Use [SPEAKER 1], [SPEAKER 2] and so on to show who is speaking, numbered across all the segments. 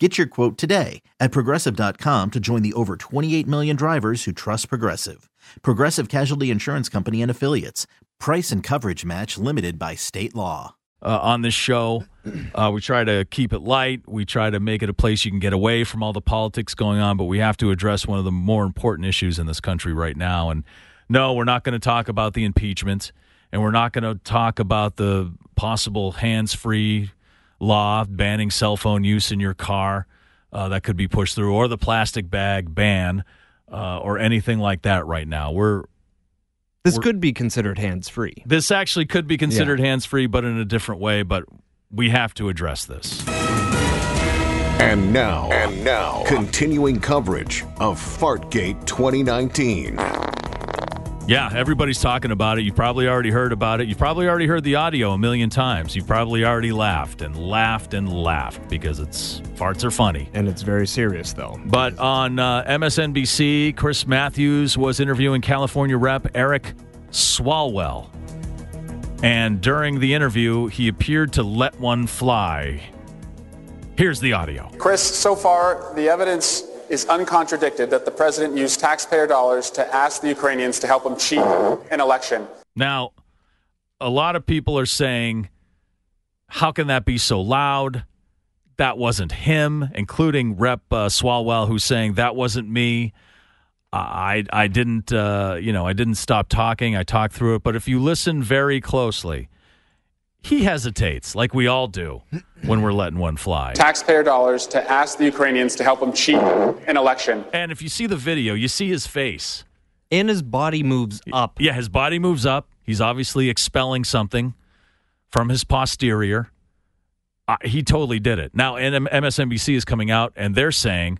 [SPEAKER 1] Get your quote today at progressive.com to join the over 28 million drivers who trust Progressive. Progressive Casualty Insurance Company and Affiliates. Price and coverage match limited by state law.
[SPEAKER 2] uh, on this show. Uh, we try to keep it light. We try to make it a place you can get away from all the politics going on, but we have to address one of the more important issues in this country right now. And no, we're not going to talk about the impeachment, and we're not going to talk about the possible hands free law banning cell phone use in your car uh, that could be pushed through, or the plastic bag ban, uh, or anything like that right now. We're
[SPEAKER 3] This could be considered hands free.
[SPEAKER 2] this actually could be considered hands free, but in a different way. But we have to address this.
[SPEAKER 4] And now, and now, continuing coverage of Fartgate 2019.
[SPEAKER 2] Yeah, everybody's talking about it. You've probably already heard about it. You've probably already heard the audio a million times. You've probably already laughed and laughed and laughed because it's farts are funny.
[SPEAKER 3] And it's very serious, though.
[SPEAKER 2] But on uh, MSNBC, Chris Matthews was interviewing California Rep. Eric Swalwell. And during the interview, he appeared to let one fly. Here's the audio.
[SPEAKER 5] Chris, so far, the evidence is uncontradicted that the president used taxpayer dollars to ask the Ukrainians to help him cheat an election.
[SPEAKER 2] Now, a lot of people are saying, how can that be so loud? That wasn't him, including Rep uh, Swalwell, who's saying that wasn't me. I I didn't uh, you know I didn't stop talking. I talked through it, but if you listen very closely, he hesitates, like we all do when we're letting one fly.
[SPEAKER 5] Taxpayer dollars to ask the Ukrainians to help him cheat an election.
[SPEAKER 2] And if you see the video, you see his face.
[SPEAKER 3] And his body moves up.
[SPEAKER 2] Yeah, his body moves up. He's obviously expelling something from his posterior. Uh, he totally did it. Now, and M- MSNBC is coming out and they're saying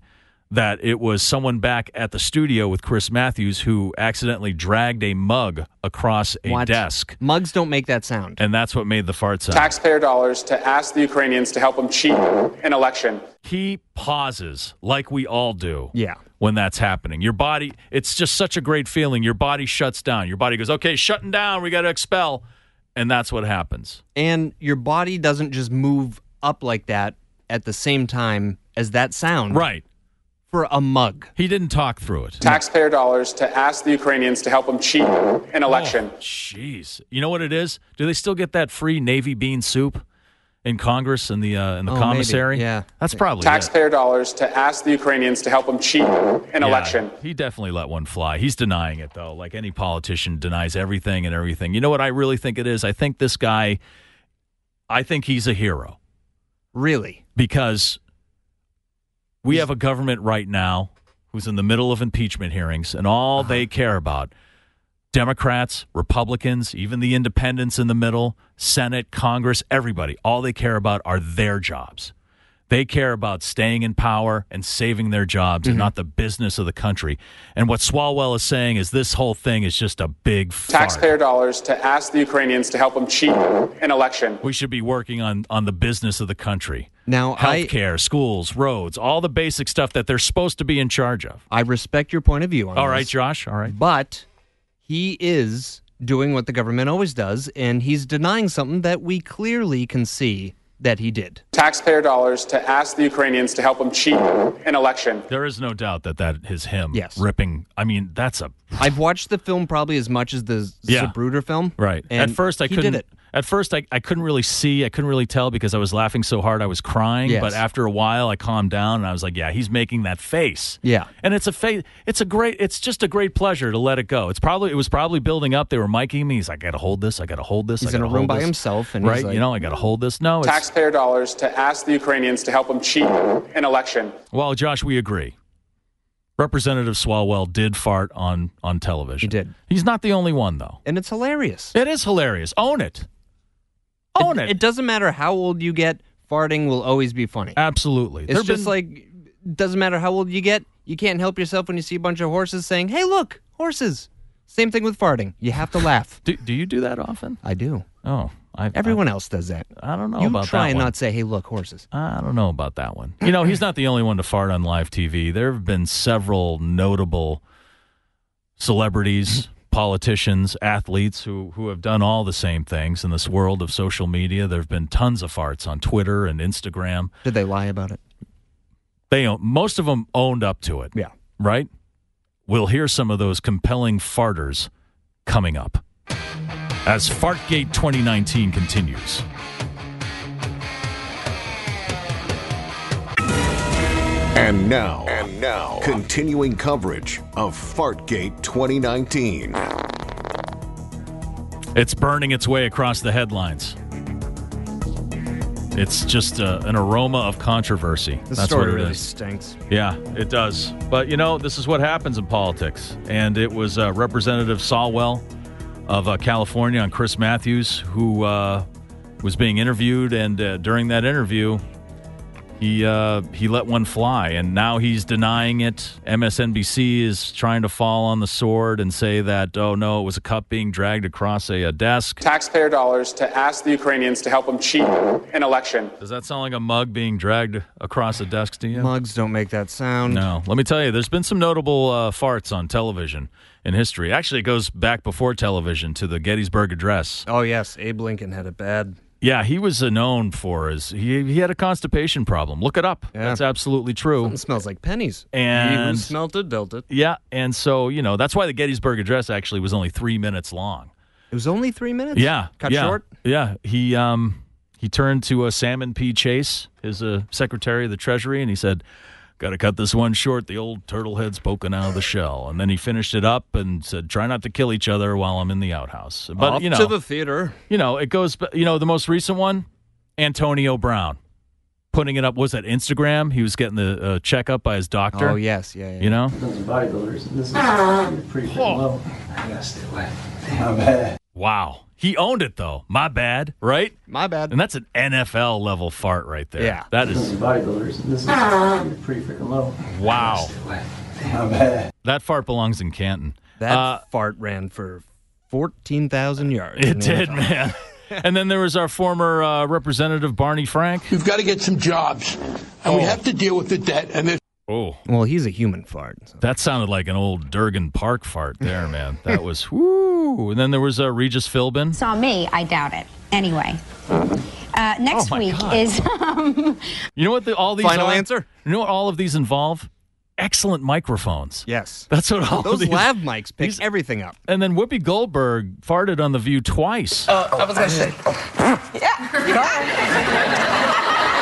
[SPEAKER 2] that it was someone back at the studio with Chris Matthews who accidentally dragged a mug across a
[SPEAKER 3] What?
[SPEAKER 2] desk.
[SPEAKER 3] Mugs don't make that sound.
[SPEAKER 2] And that's what made the fart sound.
[SPEAKER 5] Taxpayer dollars to ask the Ukrainians to help him cheat an election.
[SPEAKER 2] he pauses like we all do.
[SPEAKER 3] Yeah.
[SPEAKER 2] When that's happening, your body, it's just such a great feeling. Your body shuts down. Your body goes, okay, shutting down. We got to expel. And that's what happens.
[SPEAKER 3] And your body doesn't just move up like that at the same time as that sound.
[SPEAKER 2] Right.
[SPEAKER 3] For a mug.
[SPEAKER 2] He didn't talk through it.
[SPEAKER 5] Taxpayer dollars to ask the Ukrainians to help him cheat an election.
[SPEAKER 2] Oh, Jeez, you know what it is? Do they still get that free navy bean soup in Congress and the uh, in the
[SPEAKER 3] Oh, maybe.
[SPEAKER 2] commissary?
[SPEAKER 3] Yeah.
[SPEAKER 2] that's probably it.
[SPEAKER 5] Taxpayer dollars to ask the Ukrainians to help him cheat an
[SPEAKER 2] Yeah,
[SPEAKER 5] election.
[SPEAKER 2] He definitely let one fly. He's denying it though, like any politician denies everything and everything. You know what I really think it is? I think this guy, I think he's a hero.
[SPEAKER 3] Really?
[SPEAKER 2] because we have a government right now who's in the middle of impeachment hearings, and all they care about Democrats, Republicans, even the independents in the middle, Senate, Congress, everybody, all they care about are their jobs. They care about staying in power and saving their jobs and not the business of the country. And what Swalwell is saying is this whole thing is just a big fart.
[SPEAKER 5] Taxpayer dollars to ask the Ukrainians to help him cheat an election.
[SPEAKER 2] We should be working on, on the business of the country.
[SPEAKER 3] Now, I,
[SPEAKER 2] healthcare, schools, roads, all the basic stuff that they're supposed to be in charge of.
[SPEAKER 3] I respect your point of view on
[SPEAKER 2] All
[SPEAKER 3] this,
[SPEAKER 2] right, Josh. All right.
[SPEAKER 3] But he is doing what the government always does, and he's denying something that we clearly can see that he did.
[SPEAKER 5] taxpayer dollars to ask the Ukrainians to help them cheat an election.
[SPEAKER 2] There is no doubt that that is him.
[SPEAKER 3] Yes.
[SPEAKER 2] Ripping. I mean, that's a
[SPEAKER 3] I've watched the film probably as much as the
[SPEAKER 2] Yeah.
[SPEAKER 3] Zapruder film.
[SPEAKER 2] at
[SPEAKER 3] and
[SPEAKER 2] first, I
[SPEAKER 3] he
[SPEAKER 2] couldn't.
[SPEAKER 3] did it.
[SPEAKER 2] At first, I, I couldn't really see. I couldn't really tell because I was laughing so hard I was crying.
[SPEAKER 3] Yes.
[SPEAKER 2] But after a while, I calmed down and I was like, "Yeah, he's making that face."
[SPEAKER 3] Yeah.
[SPEAKER 2] And it's a face. It's a great. It's just a great pleasure to let it go. It's probably. It was probably building up. They were miking me. He's. I got to hold this. I got to hold this.
[SPEAKER 3] He's
[SPEAKER 2] I
[SPEAKER 3] in
[SPEAKER 2] gotta
[SPEAKER 3] a room
[SPEAKER 2] hold
[SPEAKER 3] by
[SPEAKER 2] this."
[SPEAKER 3] himself, and he's
[SPEAKER 2] right.
[SPEAKER 3] like-
[SPEAKER 2] you know, I got to hold this. No. It's,
[SPEAKER 5] Taxpayer dollars to ask the Ukrainians to help them cheat an election.
[SPEAKER 2] Well, Josh, we agree. Representative Swalwell did fart on on television.
[SPEAKER 3] He did.
[SPEAKER 2] He's not the only one though.
[SPEAKER 3] And it's hilarious.
[SPEAKER 2] It is hilarious. Own it. Own it.
[SPEAKER 3] It doesn't matter how old you get, farting will always be funny.
[SPEAKER 2] Uh, Absolutely.
[SPEAKER 3] it's just like doesn't matter how old you get, you can't help yourself when you see a bunch of horses saying, "Hey, look, horses." Same thing with farting. You have to laugh.
[SPEAKER 2] Do, do you do that often?
[SPEAKER 3] I do.
[SPEAKER 2] Oh, I,
[SPEAKER 3] Everyone else does that.
[SPEAKER 2] I, I don't know
[SPEAKER 3] you
[SPEAKER 2] about
[SPEAKER 3] try
[SPEAKER 2] that
[SPEAKER 3] and
[SPEAKER 2] one.
[SPEAKER 3] not say, "Hey, look, horses."
[SPEAKER 2] I don't know about that one. You know, he's not the only one to fart on live TV. There have been several notable celebrities, politicians, athletes who who have done all the same things in this world of social media. There have been tons of farts on Twitter and Instagram.
[SPEAKER 3] Did they lie about it?
[SPEAKER 2] They own- most of them owned up to it,
[SPEAKER 3] Yeah.
[SPEAKER 2] right? We'll hear some of those compelling farters coming up as Fartgate 2019 continues.
[SPEAKER 4] And now, and now, continuing coverage of Fartgate 2019.
[SPEAKER 2] It's burning its way across the headlines. It's just uh, an aroma of controversy.
[SPEAKER 3] The
[SPEAKER 2] That's
[SPEAKER 3] story
[SPEAKER 2] what it is.
[SPEAKER 3] really stinks.
[SPEAKER 2] Yeah, it does. But you know, this is what happens in politics. And it was uh, Representative Solwell of uh, California on Chris Matthews who uh, was being interviewed, and uh, during that interview, he uh, he let one fly, and now he's denying it. MSNBC is trying to fall on the sword and say that oh no, it was a cup being dragged across a, a desk.
[SPEAKER 5] Taxpayer dollars to ask the Ukrainians to help them cheat an election.
[SPEAKER 2] Does that sound like a mug being dragged across a desk to you?
[SPEAKER 3] Mugs don't make that sound.
[SPEAKER 2] No, let me tell you, there's been some notable uh, farts on television in history. Actually, it goes back before television to the Gettysburg Address.
[SPEAKER 3] Oh yes, Abe Lincoln had it bad.
[SPEAKER 2] Yeah, he was uh, known for his he he had a constipation problem. Look it up.
[SPEAKER 3] Yeah.
[SPEAKER 2] That's absolutely true.
[SPEAKER 3] It smells like pennies. he who
[SPEAKER 2] And-
[SPEAKER 3] smelt it, dealt it.
[SPEAKER 2] Yeah, and so you know that's why the Gettysburg Address actually was only three minutes long.
[SPEAKER 3] It was only three minutes.
[SPEAKER 2] Yeah,
[SPEAKER 3] cut
[SPEAKER 2] yeah,
[SPEAKER 3] short.
[SPEAKER 2] Yeah, he um he turned to uh, Salmon P. Chase, his uh, Secretary of the Treasury, and he said, "Got to cut this one short. The old turtle head's poking out of the shell." And then he finished it up and said, "Try not to kill each other while I'm in the outhouse." But
[SPEAKER 3] Off
[SPEAKER 2] you know,
[SPEAKER 3] to the theater.
[SPEAKER 2] you know, it goes. You know, the most recent one, Antonio Brown, putting it up was at Instagram. He was getting the uh, checkup by his doctor.
[SPEAKER 3] Oh yes, yeah. yeah.
[SPEAKER 2] You know,
[SPEAKER 6] Those are bodybuilders. This is pretty freaking low. I gotta stay away. My bad.
[SPEAKER 2] wow, he owned it though. My bad, right?
[SPEAKER 3] My bad.
[SPEAKER 2] And that's an NFL level fart right there.
[SPEAKER 3] Yeah.
[SPEAKER 2] that
[SPEAKER 6] Those
[SPEAKER 2] is
[SPEAKER 6] are bodybuilders. This is pretty freaking low.
[SPEAKER 2] wow.
[SPEAKER 6] My bad.
[SPEAKER 2] That fart belongs in Canton.
[SPEAKER 3] That
[SPEAKER 2] Uh,
[SPEAKER 3] fart ran for fourteen thousand yards.
[SPEAKER 2] it
[SPEAKER 3] in the
[SPEAKER 2] did,
[SPEAKER 3] NFL.
[SPEAKER 2] man. and then there was our former uh, representative Barney Frank.
[SPEAKER 7] We've got to get some jobs, and we have to deal with the debt. And there's
[SPEAKER 2] Oh,
[SPEAKER 3] Well, he's a human fart. so-
[SPEAKER 2] that sounded like an old Durgan Park fart there, man. That was whoo. And then there was uh, Regis Philbin.
[SPEAKER 8] saw me, I doubt it. Anyway, uh, next
[SPEAKER 9] Oh
[SPEAKER 2] my
[SPEAKER 8] week
[SPEAKER 2] God.
[SPEAKER 8] is um,
[SPEAKER 2] You know what? The, all these
[SPEAKER 3] Final
[SPEAKER 2] are?
[SPEAKER 3] answer?
[SPEAKER 2] You know what all of these involve? Excellent microphones.
[SPEAKER 3] Yes.
[SPEAKER 2] That's what all of
[SPEAKER 3] Those
[SPEAKER 2] these.
[SPEAKER 3] lav mics pick
[SPEAKER 2] these-
[SPEAKER 3] everything up.
[SPEAKER 2] and then Whoopi Goldberg farted on the View twice.
[SPEAKER 3] Uh.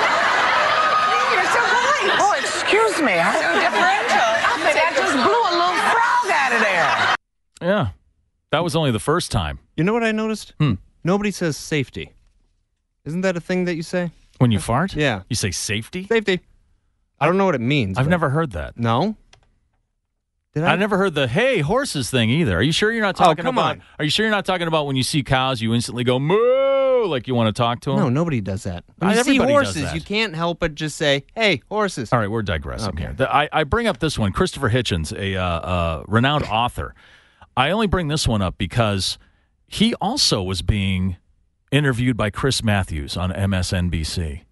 [SPEAKER 9] You're so polite. Oh, excuse me. I'm so differential. That just blew a little frog out of there.
[SPEAKER 2] yeah, that was only the first time
[SPEAKER 3] You know what I noticed?
[SPEAKER 2] Hmm.
[SPEAKER 3] Nobody says safety. Isn't that a thing that you say?
[SPEAKER 2] when you fart.
[SPEAKER 3] Yeah.
[SPEAKER 2] you say safety.
[SPEAKER 3] Safety. I don't know what it means.
[SPEAKER 2] I've
[SPEAKER 3] but-
[SPEAKER 2] never heard that.
[SPEAKER 3] No. Did I?
[SPEAKER 2] I never heard the "Hey horses" thing either. Are you sure you're not talking
[SPEAKER 3] Oh, come
[SPEAKER 2] about?
[SPEAKER 3] on.
[SPEAKER 2] Are you sure you're not talking about when you see cows, you instantly go moo like you want to talk to them?
[SPEAKER 3] No, nobody does that. When
[SPEAKER 2] Uh,
[SPEAKER 3] you see
[SPEAKER 2] everybody does
[SPEAKER 3] horses,
[SPEAKER 2] that.
[SPEAKER 3] you can't help but just say, "Hey, horses."
[SPEAKER 2] All right, we're digressing here. The- I, I bring up this one, Christopher Hitchens, a uh, uh, renowned author. I only bring this one up because he also was being interviewed by Chris Matthews on MSNBC.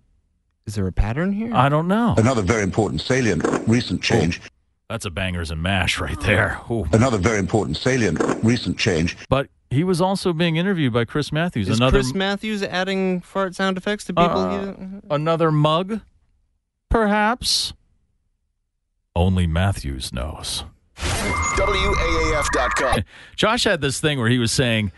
[SPEAKER 3] Is there a pattern here?
[SPEAKER 2] I don't know.
[SPEAKER 10] Another very important salient recent change.
[SPEAKER 2] That's a bangers and mash right there. Ooh.
[SPEAKER 10] Another very important salient recent change.
[SPEAKER 2] But he was also being interviewed by Chris Matthews.
[SPEAKER 3] Is
[SPEAKER 2] another
[SPEAKER 3] Chris Matthews adding fart sound effects to people?
[SPEAKER 2] Uh,
[SPEAKER 3] you-
[SPEAKER 2] another mug, perhaps? Only Matthews knows.
[SPEAKER 4] WAAF.com.
[SPEAKER 2] Josh had this thing where he was saying,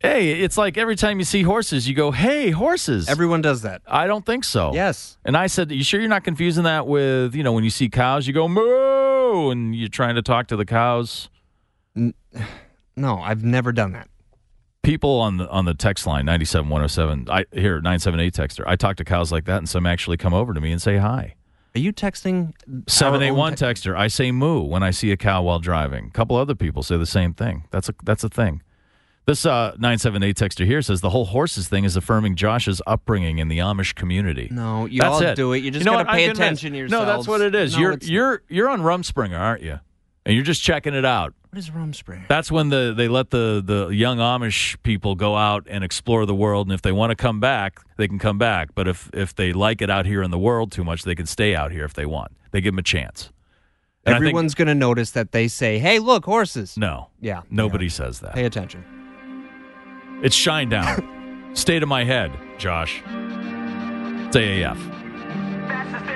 [SPEAKER 2] Hey, it's like every time you see horses, you go, Hey, horses.
[SPEAKER 3] Everyone does that.
[SPEAKER 2] I don't think so.
[SPEAKER 3] Yes.
[SPEAKER 2] And I said, You sure you're not confusing that with, you know, when you see cows, you go, Moo, and you're trying to talk to the cows?
[SPEAKER 3] No, I've never done that.
[SPEAKER 2] People on the on the text line ninety seven one zero seven I here nine seven eight texter I talk to cows like that and some actually come over to me and say hi
[SPEAKER 3] Are you texting?
[SPEAKER 2] Seven eight
[SPEAKER 3] our own
[SPEAKER 2] one
[SPEAKER 3] te-
[SPEAKER 2] texter. I say moo when I see a cow while driving. A couple other people say the same thing. That's a that's a thing. This uh, nine seven eight texter here says the whole horses thing is affirming Josh's upbringing in the Amish community.
[SPEAKER 3] No, you
[SPEAKER 2] That's
[SPEAKER 3] all
[SPEAKER 2] it.
[SPEAKER 3] do it. You just
[SPEAKER 2] know
[SPEAKER 3] gotta
[SPEAKER 2] what? I
[SPEAKER 3] pay
[SPEAKER 2] can-
[SPEAKER 3] attention to
[SPEAKER 2] No, that's
[SPEAKER 3] yourselves.
[SPEAKER 2] what it is.
[SPEAKER 3] No,
[SPEAKER 2] you're
[SPEAKER 3] it's-
[SPEAKER 2] you're you're on Rumspringer, aren't you? And you're just checking it out.
[SPEAKER 3] What is Rumspringa?
[SPEAKER 2] That's when the they let the the young Amish people go out and explore the world, and if they want to come back, they can come back. But if if they like it out here in the world too much, they can stay out here if they want. They give them a chance. And I think-
[SPEAKER 3] Everyone's going to notice that they say, "Hey, look, horses."
[SPEAKER 2] no,
[SPEAKER 3] Yeah.
[SPEAKER 2] nobody says that.
[SPEAKER 3] Pay attention.
[SPEAKER 2] It's Shine Down. State of my head, Josh. It's AAF.